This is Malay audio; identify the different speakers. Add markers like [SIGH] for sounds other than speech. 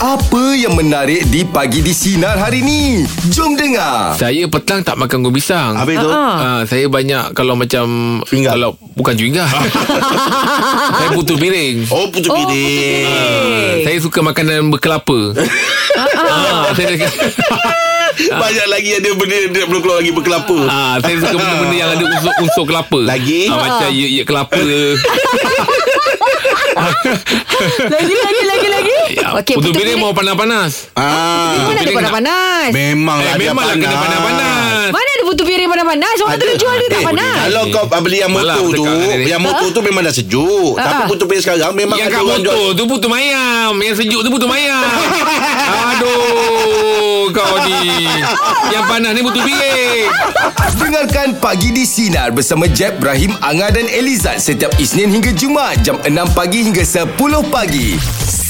Speaker 1: Apa yang menarik di pagi di sinar hari ni? Jom dengar.
Speaker 2: Saya petang tak makan goreng pisang.
Speaker 3: Habis tu
Speaker 2: Ha.
Speaker 4: Ah,
Speaker 2: saya banyak kalau macam
Speaker 3: Chewing gum.
Speaker 2: kalau bukan
Speaker 3: [LAUGHS]
Speaker 2: juga. saya putus piring.
Speaker 3: Oh putu
Speaker 4: Oh,
Speaker 3: piring
Speaker 2: Saya suka makanan
Speaker 3: [LAUGHS]
Speaker 2: berkelapa. ah, saya
Speaker 3: Banyak lagi ada benda yang Dia belum keluar lagi berkelapa
Speaker 2: [LAUGHS] ah, saya suka benda-benda yang ada unsur, unsur kelapa.
Speaker 3: Lagi?
Speaker 2: Ah, macam ye ye
Speaker 3: [LAUGHS]
Speaker 2: kelapa.
Speaker 4: Lagi lagi lagi lagi. Okey,
Speaker 2: putus Ya, piring
Speaker 4: mau
Speaker 2: mau panas-panas.
Speaker 3: ah.
Speaker 4: mana ada
Speaker 2: piring nak-
Speaker 4: panas-panas?
Speaker 3: Memang
Speaker 2: Eh,
Speaker 3: lah dia
Speaker 2: memanglah kena panas-panas.
Speaker 4: Mana ada putu piring panas-panas? Orang tu jual dia tak
Speaker 3: Eh,
Speaker 4: panas.
Speaker 3: Kalau kau beli yang
Speaker 2: Malam
Speaker 3: motor tu
Speaker 2: cakap dengan dia.
Speaker 3: Yang motor tu memang dah sejuk
Speaker 4: Ah,
Speaker 3: Tapi
Speaker 4: ah.
Speaker 3: putu piring sekarang Memang
Speaker 2: Yang
Speaker 3: ada
Speaker 2: kat
Speaker 3: orang
Speaker 2: motor
Speaker 3: jual
Speaker 2: tu putu mayam Yang sejuk tu putu
Speaker 3: [LAUGHS]
Speaker 2: mayam Aduh Kau ni Yang panas ni putu piring
Speaker 1: Dengarkan Pagi di Sinar bersama Jeb, Ibrahim, Anga dan Elizad setiap Isnin hingga Jumaat jam 6 pagi hingga 10 pagi.